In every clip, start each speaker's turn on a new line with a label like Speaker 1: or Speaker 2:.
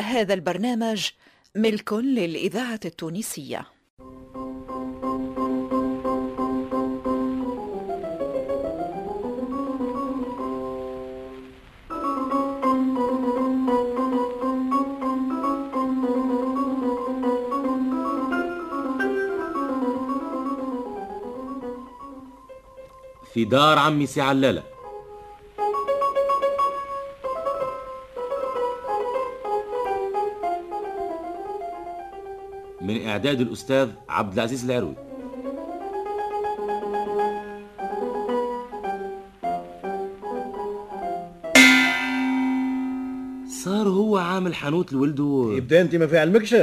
Speaker 1: هذا البرنامج ملك للإذاعة التونسية
Speaker 2: في دار عمي سي علالة من إعداد الأستاذ عبد العزيز العروي صار هو عامل حانوت لولده
Speaker 3: يبدا انت ما في علمكش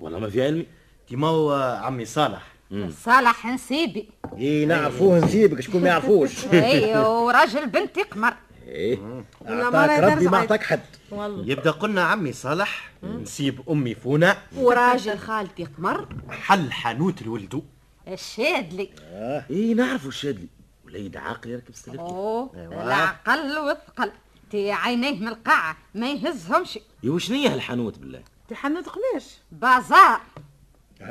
Speaker 2: والله ما في علمي
Speaker 3: انت ما هو عمي صالح
Speaker 4: صالح نسيبي
Speaker 3: اي نعرفوه نسيبك شكون ما يعرفوش
Speaker 4: اي وراجل بنتي قمر
Speaker 2: ايه
Speaker 3: اعطاك ربي ما اعطاك حد
Speaker 5: يبدا قلنا عمي صالح نسيب امي فونا
Speaker 4: وراجل خالتي قمر
Speaker 5: حل حانوت لولده
Speaker 4: الشادلي
Speaker 3: آه.
Speaker 2: ايه نعرفه الشادلي وليد عاقل يركب السلك
Speaker 4: اوه العقل والثقل تي عينيه من القاعة ما يهزهمش
Speaker 2: يا وشنية هالحانوت بالله
Speaker 6: تحنت قماش
Speaker 4: بازار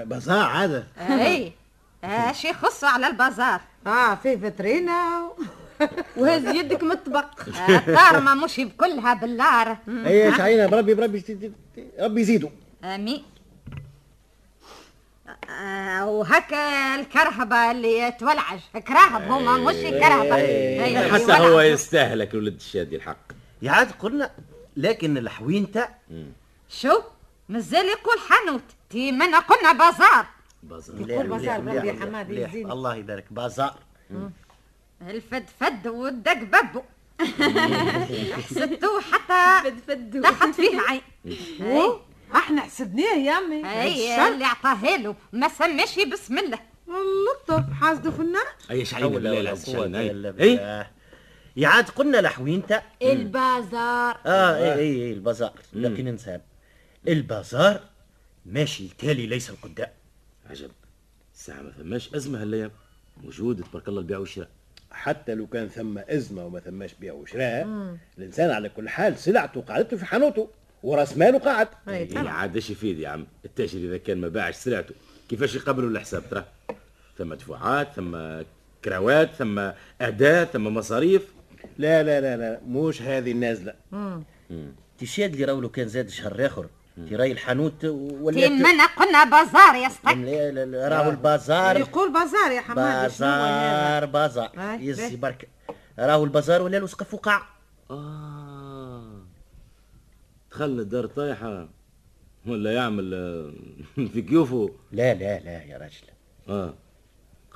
Speaker 3: بزاع آه، هذا
Speaker 4: اي اش يخص على البازار
Speaker 6: اه في فترينا و... وهز يدك من الطبق
Speaker 4: آه، الدار مش بكلها باللار
Speaker 3: اي شعينا بربي بربي ت- ت- ت- ربي يزيدوا
Speaker 4: امين آه، وهكا الكرهبة اللي تولعج كراهب هما مش كرهبة أيوة، أي،
Speaker 2: إيه. حتى هو
Speaker 4: يولعج.
Speaker 2: يستاهلك ولد الشادي الحق
Speaker 5: يعاد قلنا لكن الحوينته
Speaker 4: شو مازال يقول حانوت تي منا قلنا بازار
Speaker 2: بازار
Speaker 6: كل بازار
Speaker 5: مليح،
Speaker 6: ربي
Speaker 5: مليح،
Speaker 6: حمادي
Speaker 5: مليح.
Speaker 6: يزينك.
Speaker 5: الله يبارك بازار
Speaker 4: الفد فد والدق ببو حسدتو حتى
Speaker 6: فدفدوا
Speaker 4: تحت فيه عين
Speaker 6: أوه، احنا حسدناه يا امي
Speaker 4: اي
Speaker 6: الشر.
Speaker 4: اللي عطاها له ما سماش بسم الله
Speaker 6: اللطف حاسدو في النار
Speaker 2: اي شعينا بالله إيه؟ العز شعينا اي
Speaker 5: اي يعاد قلنا الحوينته
Speaker 2: إيه. آه.
Speaker 6: البازار
Speaker 5: اه
Speaker 3: آه.
Speaker 5: اي اي اي البازار لكن انسان البازار ماشي التالي ليس القدام
Speaker 2: عجب الساعة ما فماش أزمة هالأيام موجود تبارك الله البيع والشراء
Speaker 3: حتى لو كان ثم ازمه وما ثماش بيع وشراء الانسان على كل حال سلعته قعدته في حانوته وراس ماله قاعد
Speaker 2: إيه عاد ايش يفيد يا عم التاجر إذا كان ما باعش سلعته كيفاش يقبلوا الحساب ترى ثم دفعات ثم كراوات ثم أداة ثم مصاريف
Speaker 3: لا لا لا لا موش هذه النازله
Speaker 5: تشاد اللي راولو كان زاد شهر اخر تراي الحانوت
Speaker 4: تي
Speaker 5: ولا
Speaker 4: منا قلنا بازار يا صقر
Speaker 3: آه.
Speaker 5: راهو
Speaker 4: أيوه.
Speaker 5: البازار
Speaker 6: يقول بازار يا حمادي شنو هو هذا؟
Speaker 5: بازار بازار
Speaker 6: هاي،
Speaker 5: يزي
Speaker 6: باهي.
Speaker 5: برك راهو البازار ولا له سقف وقع
Speaker 2: آه دخلنا الدار طايحة ولا يعمل آه، في كيوفه
Speaker 5: لا لا لا يا راجل
Speaker 2: اه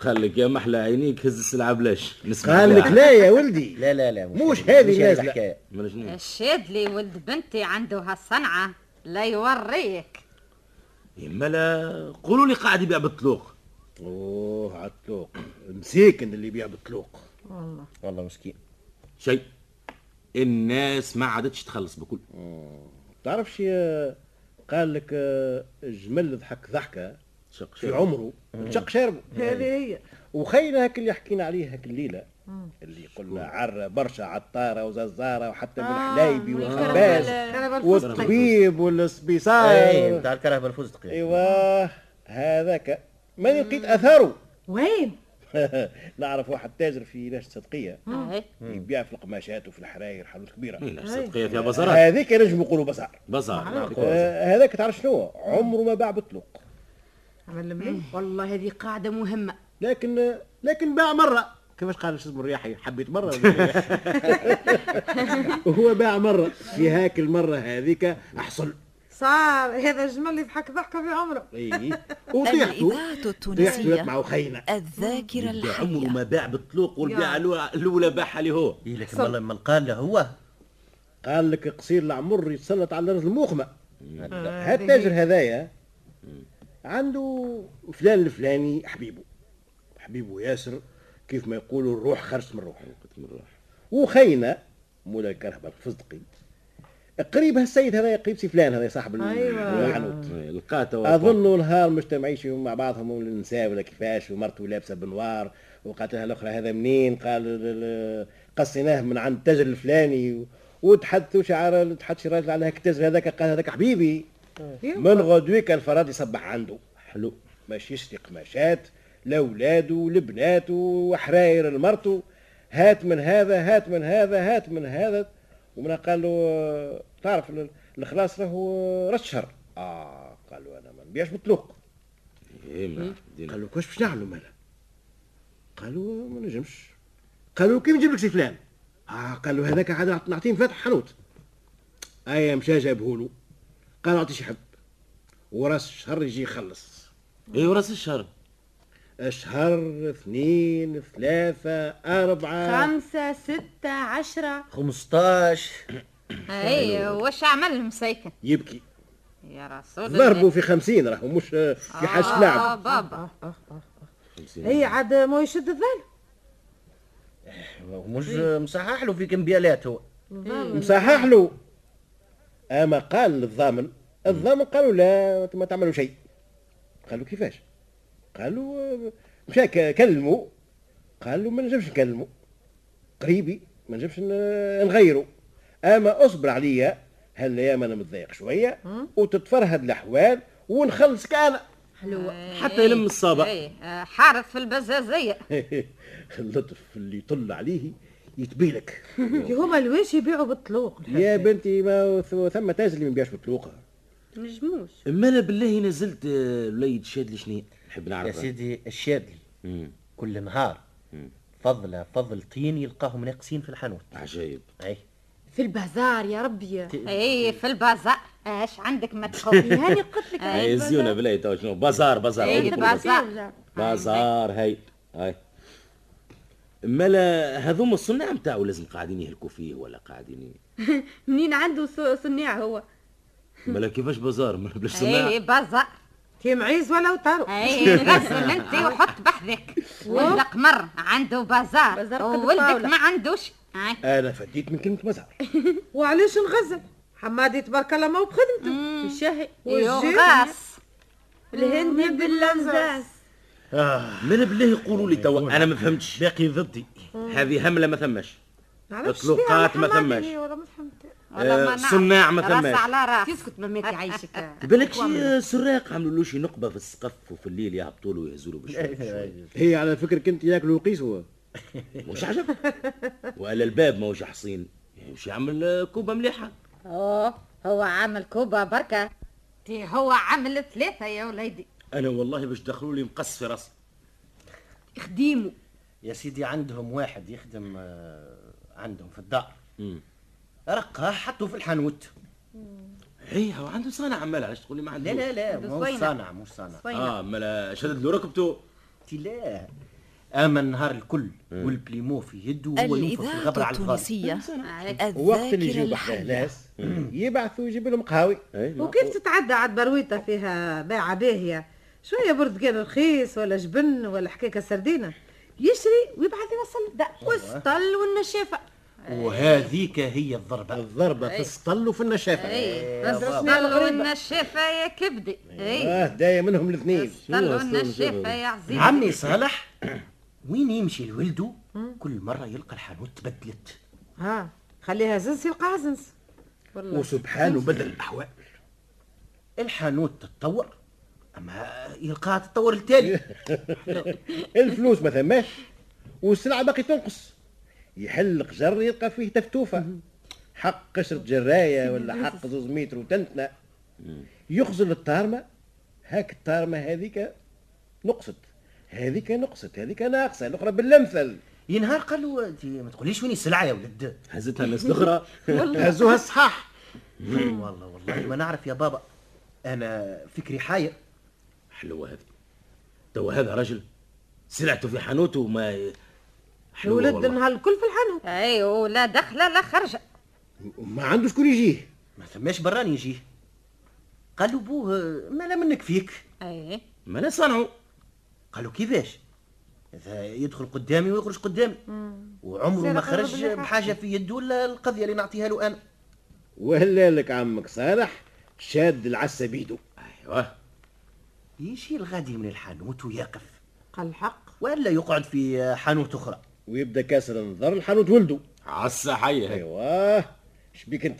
Speaker 2: قال لك يا محلى عينيك هز السلعة بلاش نسمع
Speaker 3: قال لك
Speaker 2: بلاها.
Speaker 3: لا يا ولدي
Speaker 5: لا لا لا
Speaker 3: مش هذه نازلة.
Speaker 5: الحكايه
Speaker 2: مالا شنو
Speaker 4: الشادلي ولد بنتي عنده هالصنعة لا يوريك
Speaker 2: يمالا قولوا لي قاعد يبيع بالطلوق
Speaker 3: اوه على الطلوق مساكن اللي يبيع بالطلوق
Speaker 5: والله مسكين
Speaker 2: شيء الناس ما عادتش تخلص بكل
Speaker 3: تعرفش يا- قال لك آه، الجمل ضحك ضحكه
Speaker 2: شق
Speaker 3: في
Speaker 2: شق.
Speaker 3: عمره شق شاربه يعني
Speaker 6: هذه هي
Speaker 3: وخينا هاك اللي حكينا عليه هاك الليله اللي قلنا عرة برشا عطاره وززاره وحتى
Speaker 6: آه،
Speaker 3: بالحلايبي والخباز
Speaker 6: كرهبة الفستق
Speaker 3: والطبيب
Speaker 5: اي
Speaker 3: آه.
Speaker 6: أيوة.
Speaker 3: والسبيصار
Speaker 5: إيه، نتاع الكرهبه الفستق
Speaker 3: ايوه هذاك ماني لقيت اثاره
Speaker 6: وين
Speaker 3: نعرف واحد تاجر في نشط صدقيه
Speaker 6: أمم.
Speaker 4: أي.
Speaker 3: يبيع في القماشات وفي الحراير حلوت كبيره
Speaker 2: مين صدقية فيها
Speaker 6: إيه،
Speaker 2: بازارات
Speaker 3: هذيك نجم يقولوا بصار
Speaker 2: بازار نعطيك بازار.
Speaker 3: آه، هذاك تعرف شنو عمره ما باع بطلق
Speaker 6: عمل مليح
Speaker 4: والله هذه قاعدة مهمة
Speaker 3: لكن لكن باع مره كيفاش قال شو اسمه الرياحي حبيت مره هو باع مره في هاك المره هذيك احصل
Speaker 6: صار هذا الجمل اللي ضحك ضحكه في عمره
Speaker 3: اي
Speaker 1: الإذاعة
Speaker 3: وطيحته طيحته
Speaker 1: التونسية
Speaker 3: يطمع خينا
Speaker 1: الذاكرة
Speaker 2: يبدا عمره
Speaker 1: الحية
Speaker 2: ما باع بالطلوق والبيعة الأولى- الأولى باعها لي هو
Speaker 5: اي إيه، لكن والله من قال له هو
Speaker 3: قال لك قصير العمر يتسلط على الرجل الموخمه هاد التاجر هذايا عنده فلان الفلاني حبيبه حبيبه ياسر كيف ما يقولوا الروح خرجت من روحه
Speaker 2: قلت من روح.
Speaker 3: وخينا مولا الكرهبه الفزدقي قريب هالسيد هذا قريب سي فلان هذا صاحب
Speaker 6: أيوة.
Speaker 3: الحانوت
Speaker 2: إيه، لقاته وقع.
Speaker 3: اظنوا النهار مجتمعيش يوم مع بعضهم ولا النساء ولا كيفاش ومرته لابسه بنوار وقالت لها الاخرى هذا منين قال ال- ال- قصيناه من عند التاجر الفلاني وتحدثوا شعار تحدث راجل على هكتاز هذاك قال هذاك حبيبي من غدويك الفراد يصبح عنده حلو باش يشري قماشات لولادو لبناتو وحراير لمرتو هات من هذا هات من هذا هات من هذا ومن قال له آه، تعرف ال- الخلاص راهو راس شهر اه قال له انا ما نبيعش مطلوق
Speaker 2: إيه، ما دينا.
Speaker 3: قالوا كيفاش باش نعملوا مالا قالوا ما نجمش قالوا كيف نجيب لك سي فلان اه قالوا هذاك عاد نعط- نعطيه مفاتح حانوت ايا مشى جابهولو قال اعطي شي حب وراس الشهر يجي يخلص
Speaker 2: ايه وراس الشهر
Speaker 3: شهر اثنين ثلاثة أربعة
Speaker 6: خمسة ستة عشرة
Speaker 5: 15
Speaker 4: اي وش إيه، عمل المسيكن
Speaker 3: يبكي
Speaker 4: يا رسول الله
Speaker 3: ضربوا في خمسين راهو مش في حاش
Speaker 4: اه
Speaker 3: لعب
Speaker 4: بابا
Speaker 6: هي عاد ما يشد الظل
Speaker 5: ومش مصحح له في كمبيالات هو
Speaker 3: مصحح له أما قال للضامن الضامن قالوا لا ما تعملوا شيء قالوا كيفاش قالوا آه، مشى ك- كلموا قالوا ما نجمش نكلموا قريبي ما نجمش ن- نغيره اما اصبر عليا هلا يا ما انا متضايق شويه وتتفرهد الاحوال ونخلصك انا
Speaker 2: حتى يلم الصابع
Speaker 4: اي آه، إيه. حارث في البزازية
Speaker 3: اللطف اللي يطل عليه يتبيلك
Speaker 6: كي هما الواش يبيعوا بالطلوق
Speaker 3: يا بنتي ما هو ثم- ثم تاجر اللي ما بيبيعش بطلوقه
Speaker 6: نجموش
Speaker 2: ما انا بالله نزلت آه، الوليد شاد لي شنو نحب
Speaker 5: يا
Speaker 2: نعرف
Speaker 5: سيدي الشادلي
Speaker 2: مم.
Speaker 5: كل نهار فضله فضلتين يلقاهم ناقصين في الحانوت
Speaker 2: عجايب
Speaker 5: اي
Speaker 6: في البازار يا ربي
Speaker 4: اي إيه، في البازار اش عندك ما إيه، تخوف
Speaker 6: هاني يعني قلت لك
Speaker 2: هاي يزيونا بالله تو شنو بازار بازار
Speaker 4: إيه،
Speaker 2: عندكم
Speaker 4: بازار.
Speaker 2: بازار هاي هاي مالا هذوما الصناع نتاعو لازم قاعدين يهلكوا فيه ولا قاعدين ي-
Speaker 6: منين عنده ص- صناع هو
Speaker 2: مالا كيفاش بازار مالا بلاش
Speaker 4: اي
Speaker 2: صناع
Speaker 4: بازار
Speaker 6: كي معيز ولا وطارو
Speaker 7: آه.
Speaker 4: اي غسل انت وحط بحذك والقمر عنده
Speaker 6: بازار
Speaker 4: بازار
Speaker 6: قد
Speaker 4: وولدك
Speaker 6: الطاولة.
Speaker 4: ما عندوش هاي.
Speaker 3: انا فديت من كلمه بازار
Speaker 6: وعلاش نغزل حمادي تبارك الله ما هو بخدمته الشهي والجيب
Speaker 4: يغاص
Speaker 6: الهندي باللمزاز
Speaker 2: مالا بالله يقولوا لي تو انا ما فهمتش باقي ضدي هذه همله ما ثماش
Speaker 6: معرفش
Speaker 2: مطلوقات
Speaker 6: بيها ولا
Speaker 2: ما
Speaker 6: حمادي
Speaker 2: ثماش.
Speaker 6: ولا ما فهمت
Speaker 4: والله ما
Speaker 2: آه،
Speaker 4: نعرف.
Speaker 2: صناع ما
Speaker 4: راس
Speaker 2: ثماش.
Speaker 4: على راس
Speaker 6: يسكت مماتي عايشك
Speaker 2: بالك شي سراق عملوا له شي نقبه في السقف وفي الليل يهبطوا له ويهزوا له بالشوي
Speaker 3: إيه، هي على فكرة كنت ياكلوا قيس هو
Speaker 2: مش عجب وعلى الباب ماهوش حصين مش يعمل آه، كوبه مليحه
Speaker 4: اوه هو عامل كوبا بركه تي هو عامل ثلاثه يا وليدي
Speaker 2: انا والله باش دخلوا لي مقص في راسي
Speaker 4: خديمه
Speaker 5: يا سيدي عندهم واحد يخدم آه، عندهم في الدار رقه حطه في الحانوت
Speaker 2: اي إيه، هو عنده صانع عمال علاش تقول لي ما عنده
Speaker 5: لا لا لا
Speaker 4: عنده
Speaker 5: مو
Speaker 4: صوينة.
Speaker 5: صانع مش صانع
Speaker 2: اه مالا شدد له ركبته
Speaker 5: قلت لا اما النهار الكل والبليمو في يده وهو ينفخ في
Speaker 1: الإذاعة
Speaker 5: الغبره على الغالي
Speaker 1: التونسيه
Speaker 3: وقت اللي
Speaker 1: الذاكرة
Speaker 3: يجيو
Speaker 1: الحية
Speaker 3: ناس يبعثوا يجيب لهم قهاوي
Speaker 5: إيه،
Speaker 6: وكيف تتعدى عاد برويطة فيها بيعة باهية شوية برتقال رخيص ولا جبن ولا حكاكة سردينة يشري ويبعث يوصل للدار والسطل والنشافة
Speaker 5: وهذيك هي الضربه
Speaker 3: الضربة في السطل وفي النشافة
Speaker 4: اي
Speaker 6: بابا.
Speaker 4: طلعوا النشافه يا كبدي اي
Speaker 3: اه داية منهم الاثنين
Speaker 4: طلعوا النشافه يا عزيزي
Speaker 5: عمي صالح وين يمشي لولده كل مره يلقى الحانوت تبدلت
Speaker 6: ها خليها زنس يلقاها زنس والله
Speaker 3: وسبحانه بدل الأحوال
Speaker 5: الحانوت تتطور اما يلقاها تتطور التالي
Speaker 3: الفلوس ما ثماش والسلعة باقي تنقص يحل قجر يلقى فيه تفتوفة حق قشرة جراية ولا حق زوز متر وتنتنا يخزن الطارمة هاك الطارمة هذيك نقصت هذيك نقصت هذيك ناقصة الأخرى باللمثل
Speaker 5: ينهار قال له "أنت ما تقوليش وين السلعه يا ولد
Speaker 2: هزتها ناس اخرى
Speaker 3: هزوها الصحاح
Speaker 5: والله والله ما نعرف يا بابا انا فكري حاير
Speaker 2: حلوه هذه تو هذا رجل سلعته في حانوته وما حلوه
Speaker 6: الولد
Speaker 2: والله.
Speaker 6: النهار الكل في الحانوت
Speaker 4: اي ولا دخله لا خرجه
Speaker 3: ما عنده شكون يجيه
Speaker 5: ما ثماش براني يجيه قال له بوه ما لا منك فيك
Speaker 4: اي
Speaker 2: ما لا صنعوا
Speaker 5: قالوا كيفاش إذا يدخل قدامي ويخرج قدامي وعمره ما
Speaker 6: زين قرب
Speaker 5: خرج
Speaker 6: لي حاجة.
Speaker 5: بحاجه في يده الا القضيه اللي نعطيها له انا
Speaker 3: وهلا لك عمك صالح شاد العسة بيدو
Speaker 2: ايوه
Speaker 5: يجي الغادي من الحانوت ويقف
Speaker 6: قال الحق
Speaker 5: ولا يقعد في حانوت اخرى
Speaker 3: ويبدا كاسر النظر لحانوت ولده
Speaker 2: إيه. عسى حيه
Speaker 3: ايوه شبيك انت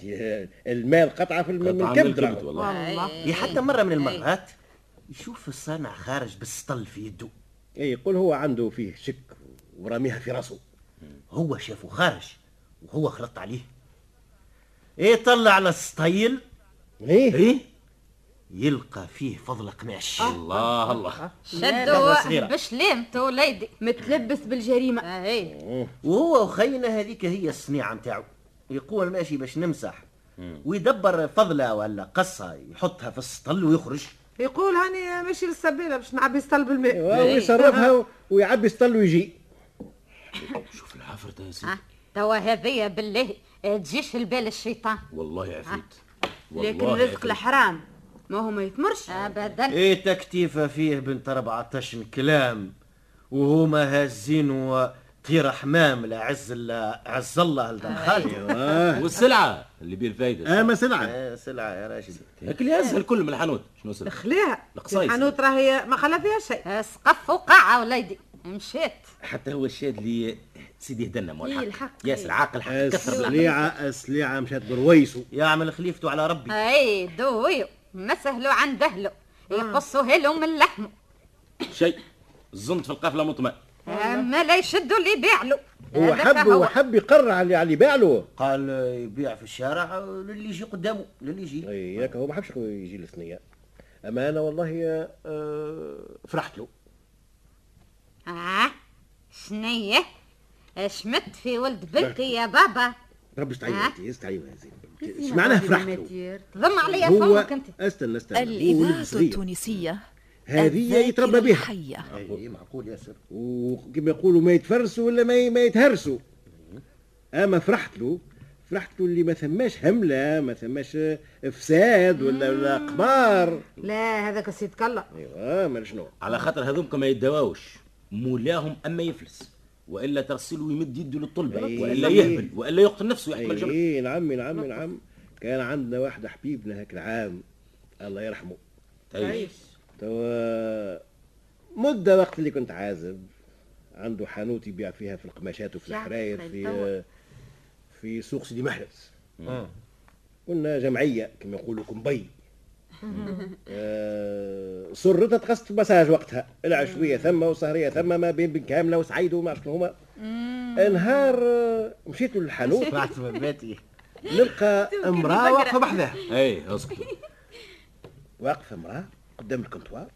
Speaker 3: المال قطعه في الم- من
Speaker 2: قطعة
Speaker 3: الكبد
Speaker 2: الكبد
Speaker 3: راهو.
Speaker 6: آه.
Speaker 7: آه،
Speaker 2: والله
Speaker 4: والله
Speaker 5: يا حتى مرة من المرات يشوف الصانع خارج بالسطل في يده
Speaker 3: اي إيه، يقول هو عنده فيه شك وراميها في راسه
Speaker 5: هو شافه خارج وهو خلط عليه ايه طلع على السطيل إيه؟
Speaker 3: ايه
Speaker 2: ايه
Speaker 5: يلقى فيه فضل قماش
Speaker 2: الله الله
Speaker 4: شدوا
Speaker 5: صغيرة.
Speaker 4: باش لامتو وليدي
Speaker 7: متلبس بالجريمة
Speaker 4: اهي
Speaker 5: وهو وخينا هذيك هي الصنيعة نتاعو يقول ماشي باش نمسح ويدبر فضلة ولا قصة يحطها في السطل ويخرج
Speaker 6: يقول هاني ماشي للسبيله باش نعبي السطل بالماء
Speaker 3: آه، ويصرفها و- ويعبي سطل ويجي
Speaker 2: شوف العفرة يا سيدي
Speaker 4: ها، آه. توا هذيا بالله آه، تجيش البال الشيطان
Speaker 2: والله عفريت
Speaker 7: لكن
Speaker 2: والله
Speaker 7: رزق
Speaker 2: عفريت.
Speaker 7: الحرام ما هو ما يثمرش
Speaker 4: ابدا
Speaker 5: ايه تكتيفة فيه بنت 14 كلام وهما هازين وطير حمام لا عز الله عز الله لدار خالته
Speaker 2: والسلعة اللي بيه الفايدة
Speaker 3: اما سلعه
Speaker 5: آه، أيوة. سلعة يا راشد
Speaker 2: هاك اللي يهزها الكل من الحانوت شنو سلعة
Speaker 6: خليها
Speaker 2: القصايص.
Speaker 6: الحانوت راهي ما خلا فيها شيء
Speaker 4: آه، سقف وقاعة وليدي مشيت
Speaker 2: حتى هو الشاد اللي سيدي هدنا مو
Speaker 7: إيه،
Speaker 2: الحق
Speaker 7: الحق،
Speaker 2: ياسر عاقل حق
Speaker 3: آه،
Speaker 2: كثر
Speaker 3: السليعه السليعه مشات برويسو
Speaker 5: يعمل خليفته على ربي
Speaker 4: اي آه، إيه، دويو ما سهلوا عند اهله يقصوا له من لحمه
Speaker 2: شيء الزنت في القافلة مطمئن
Speaker 4: اما آه، لا يشدوا اللي يبيع له
Speaker 3: هو
Speaker 4: هذاك
Speaker 3: حب
Speaker 4: هو.
Speaker 3: هو حب يقرر على على باع له
Speaker 5: إيه، قال يبيع في الشارع للي يجي قدامه للي يجي
Speaker 3: اي إيه، ياك هو ما حبش يجي للثنيه اما انا والله آه، فرحت له
Speaker 4: اه شنية آه، شمت في ولد بنتي يا بابا
Speaker 3: ربي استعين انت استعين يا زين ايش
Speaker 7: زينة
Speaker 3: معناه
Speaker 7: هذه
Speaker 3: فرحت له
Speaker 7: الماتير.
Speaker 4: ضم عليا
Speaker 3: هو
Speaker 4: فمك انت
Speaker 3: استنى استنى هو
Speaker 1: الإذاعة
Speaker 3: ولد صغير
Speaker 1: التونسية
Speaker 3: هذه يتربى
Speaker 1: الذاكرة
Speaker 3: بها
Speaker 1: الحية
Speaker 5: اي معقول ياسر
Speaker 3: وكما يقولوا ما يتفرسوا ولا ما ي- ما يتهرسوا اما فرحت له فرحت له اللي ما ثماش همله ما ثماش فساد ولا ولا قمار
Speaker 6: لا هذاك سيد كلا
Speaker 3: ايوا ما شنو
Speaker 2: على خاطر هذومك ما يداواوش مولاهم اما يفلس والا ترسله يمد يده للطلبة
Speaker 3: أي.
Speaker 2: والا يهبل والا يقتل نفسه يحمل جمع
Speaker 3: اي نعم نعم نعم كان عندنا واحد حبيبنا هاك العام الله يرحمه
Speaker 2: تعيش.
Speaker 3: توا مدة وقت اللي كنت عازب عنده حانوت يبيع فيها في القماشات وفي الحراير في في سوق سيدي محرز كنا جمعية كما يقولوا كمبي آه، سرتها تقصت مساج وقتها العشوية ثم وسهرية ثم ما بين بن كاملة وسعيد وما عرفت شنو هما نهار آه، مشيت للحانوت
Speaker 5: فرحت في بيتي
Speaker 3: نلقى امرأة واقفة بحذاها
Speaker 2: اي اسكت
Speaker 3: واقفه امراه قدام الكنتوار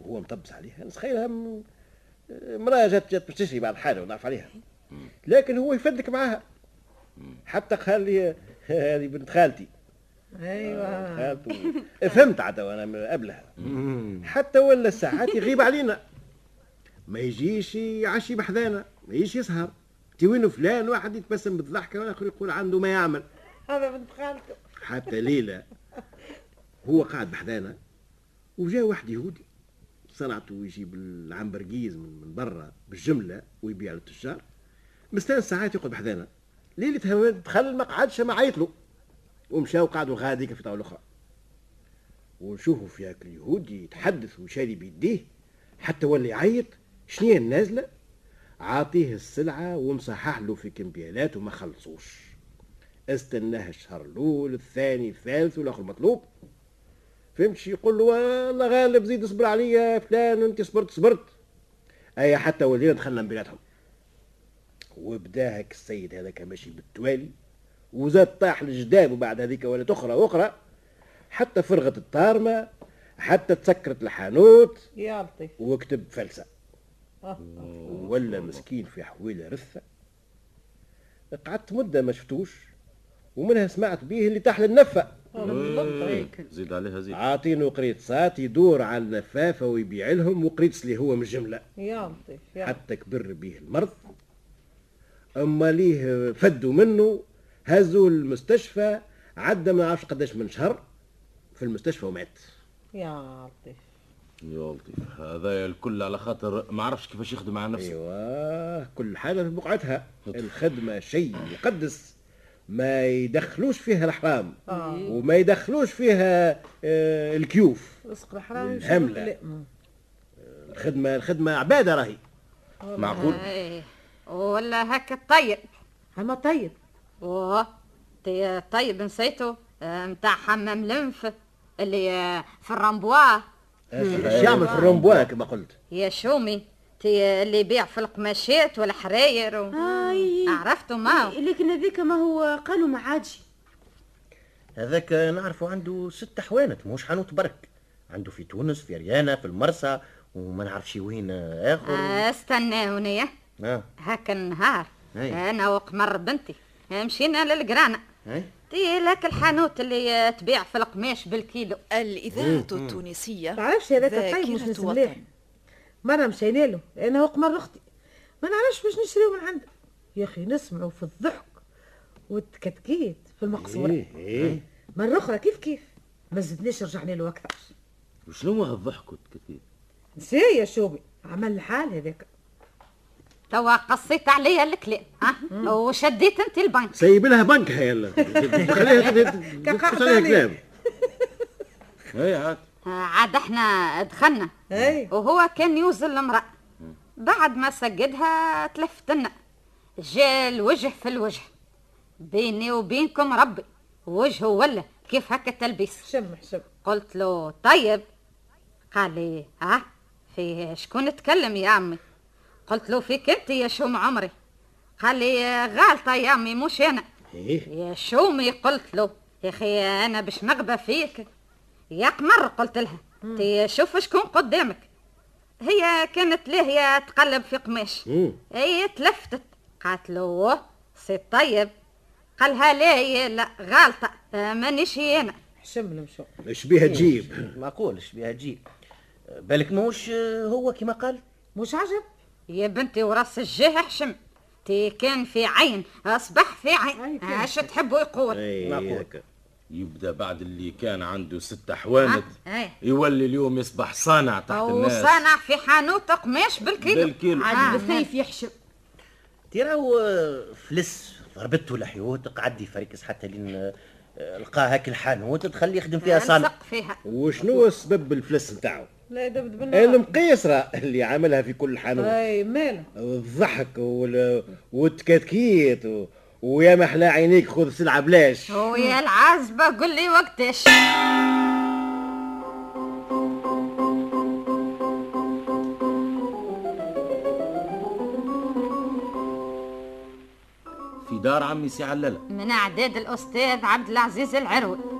Speaker 3: وهو مطبس عليها نسخيلها م- امراه جات جات باش تشري بعض حاجه ونعرف عليها لكن هو يفدك معاها حتى قال لي هذه بنت خالتي آه،
Speaker 6: ايوه
Speaker 3: خالته فهمت عاد انا من قبلها حتى ولا ساعات يغيب علينا ما يجيش يعشي بحذانا ما يجيش يسهر تي وين فلان واحد يتبسم بالضحكه والاخر يقول عنده ما يعمل
Speaker 6: هذا بنت خالته
Speaker 3: حتى ليلة هو قاعد بحذانا وجا واحد يهودي صنعته يجيب العنبرقيز من, من برا بالجملة ويبيع للتجار مستان ساعات يقعد بحذانا ليلة هواد دخل ما قعدش ما عيط له ومشاو قعدوا غاديك في طاولة أخرى ونشوفوا في هاك اليهودي يتحدث ويشاري بيديه حتى ولا يعيط شنيا النازلة عاطيه السلعة ومصحح له في كمبيالات وما خلصوش استناه الشهر الاول الثاني الثالث والاخر مطلوب فهمت شي يقول له والله غالب زيد اصبر عليا فلان انت صبرت صبرت اي حتى ولينا دخلنا من بيناتهم وبدا هاك السيد هذاك ماشي بالتوالي وزاد طاح للجداب وبعد هذيك ولا اخرى واخرى حتى فرغت الطارمه حتى تسكرت الحانوت
Speaker 6: يا لطيف
Speaker 3: وكتب فلسه ولا مسكين في حويله رثه قعدت مده ما شفتوش ومنها سمعت بيه اللي تحل النفه
Speaker 2: زيد عليها زيد
Speaker 3: عاطينه قريطسات يدور على النفافه ويبيع لهم وقريطس اللي هو من الجمله
Speaker 6: يا لطيف يا
Speaker 3: حتى كبر بيه المرض اما ليه فدوا منه هزوه المستشفى عدى ما عرفش قداش من شهر في المستشفى ومات
Speaker 6: يا لطيف
Speaker 2: يا لطيف هذا الكل على خاطر ما عرفش كيفاش يخدم على نفسه
Speaker 3: ايوه كل حاجه في بقعتها الخدمه شيء مقدس ما يدخلوش فيها الحرام وما يدخلوش فيها آه، الكيوف
Speaker 6: رزق الحرام يشوف
Speaker 3: الهملة.
Speaker 6: الكلام. مم.
Speaker 3: الخدمه الخدمه عباده راهي
Speaker 2: معقول
Speaker 4: اي ولا إيه. هكا طيب
Speaker 6: هما طيب
Speaker 4: اوه تي- طيب نسيتو آه، متاع حمام لنف اللي آه، في الرامبوا
Speaker 2: أيوة.
Speaker 3: ايش يعمل في الرومبوان كما قلت
Speaker 4: يا شومي تي آه، اللي يبيع في القماشات والحراير و...
Speaker 8: اي
Speaker 4: عرفتوا ما
Speaker 8: لكن هذاك ما هو قالوا ما عادش
Speaker 5: هذاك نعرفه عنده ست حوانت مش حانوت برك عنده في تونس في ريانة في المرسى وما نعرفش وين آخر
Speaker 4: آه، استناوني
Speaker 5: آه.
Speaker 4: هكا النهار
Speaker 5: أي.
Speaker 4: انا وقمر بنتي آه، مشينا للقرانه
Speaker 5: أي.
Speaker 4: تي لك الحانوت اللي آه، تبيع في القماش بالكيلو
Speaker 1: الإذاعة التونسية
Speaker 6: تعرفش هذاك الطيب مش
Speaker 1: ذاكرة
Speaker 6: لازم
Speaker 1: وطن.
Speaker 6: مليح. مرة مشينا له لأنه هو قمر أختي ما نعرفش باش نشريو من عنده يا أخي نسمعوا في الضحك والتكتكيت في المقصورة
Speaker 3: ايه ايه
Speaker 6: مرة أخرى كيف كيف ما زدناش رجعنا له أكثر
Speaker 2: وشنو هالضحك كثير
Speaker 6: نسي يا شوبي عمل الحال هذاك
Speaker 4: توا قصيت عليا الكلام أه؟ وشديت انت البنك
Speaker 3: سيب لها بنك هي ال- خليها
Speaker 6: كقعقع
Speaker 3: تخش عليها
Speaker 6: عليه.
Speaker 3: كلام
Speaker 2: اي عاد
Speaker 4: آه، عاد احنا دخلنا
Speaker 6: أي.
Speaker 4: وهو كان يوزن المرأة بعد ما سجدها تلفت لنا جا الوجه في الوجه بيني وبينكم ربي وجهه ولا كيف هكا التلبيس
Speaker 6: شم حشم
Speaker 4: قلت له طيب قال لي ها في شكون تكلم يا عمي قلت له فيك انت يا شوم عمري قال لي آه، غالطه يا عمي مش انا
Speaker 3: ايه
Speaker 4: يا شومي قلت له يا اخي انا باش نغبى فيك يا قمر قلت لها تي شوف شكون قدامك هي كانت لاهية تقلب في قماش
Speaker 3: مم.
Speaker 4: هي تلفتت قالت له "واه، سي طيب قالها لا هي لا غالطة آه، مانيش هي انا
Speaker 6: حشم المشو
Speaker 3: ايش بيها تجيب
Speaker 5: ما قولش بها تجيب بالك ماهوش هو كما قال
Speaker 6: مش عجب
Speaker 4: يا بنتي وراس الجهة حشم تي كان في عين اصبح في
Speaker 6: أي
Speaker 4: عين
Speaker 6: كان.
Speaker 4: اش تحبوا يقول
Speaker 3: ايه
Speaker 5: معقول.
Speaker 3: هكا.
Speaker 2: يبدا بعد اللي كان عنده ست حوانت
Speaker 4: آه، أي.
Speaker 2: يولي اليوم يصبح صانع تحت الناس
Speaker 4: وصانع في حانوت قماش بالكيلو
Speaker 2: بالكيلو.
Speaker 4: آه.
Speaker 7: عاد بالسيف يحشم
Speaker 5: تيراو اه، فلس ضربته لحيوت قعد يفركس حتى لين آه، لقى هاك الحانوت دخل يخدم فيها صانع
Speaker 4: نلصق فيها
Speaker 3: وشنو السبب الفلس نتاعو
Speaker 6: لا يدبد بالنار
Speaker 3: المقيسرة اللي عاملها في كل حانوت
Speaker 6: نعم. أي ماله
Speaker 3: الضحك وال- والتكتكيت و... ويا محلى عينيك خذ سلعة بلاش
Speaker 4: ويا العزبة قل لي وقتاش
Speaker 2: في دار عمي سي علله
Speaker 4: من أعداد الأستاذ عبد العزيز العروي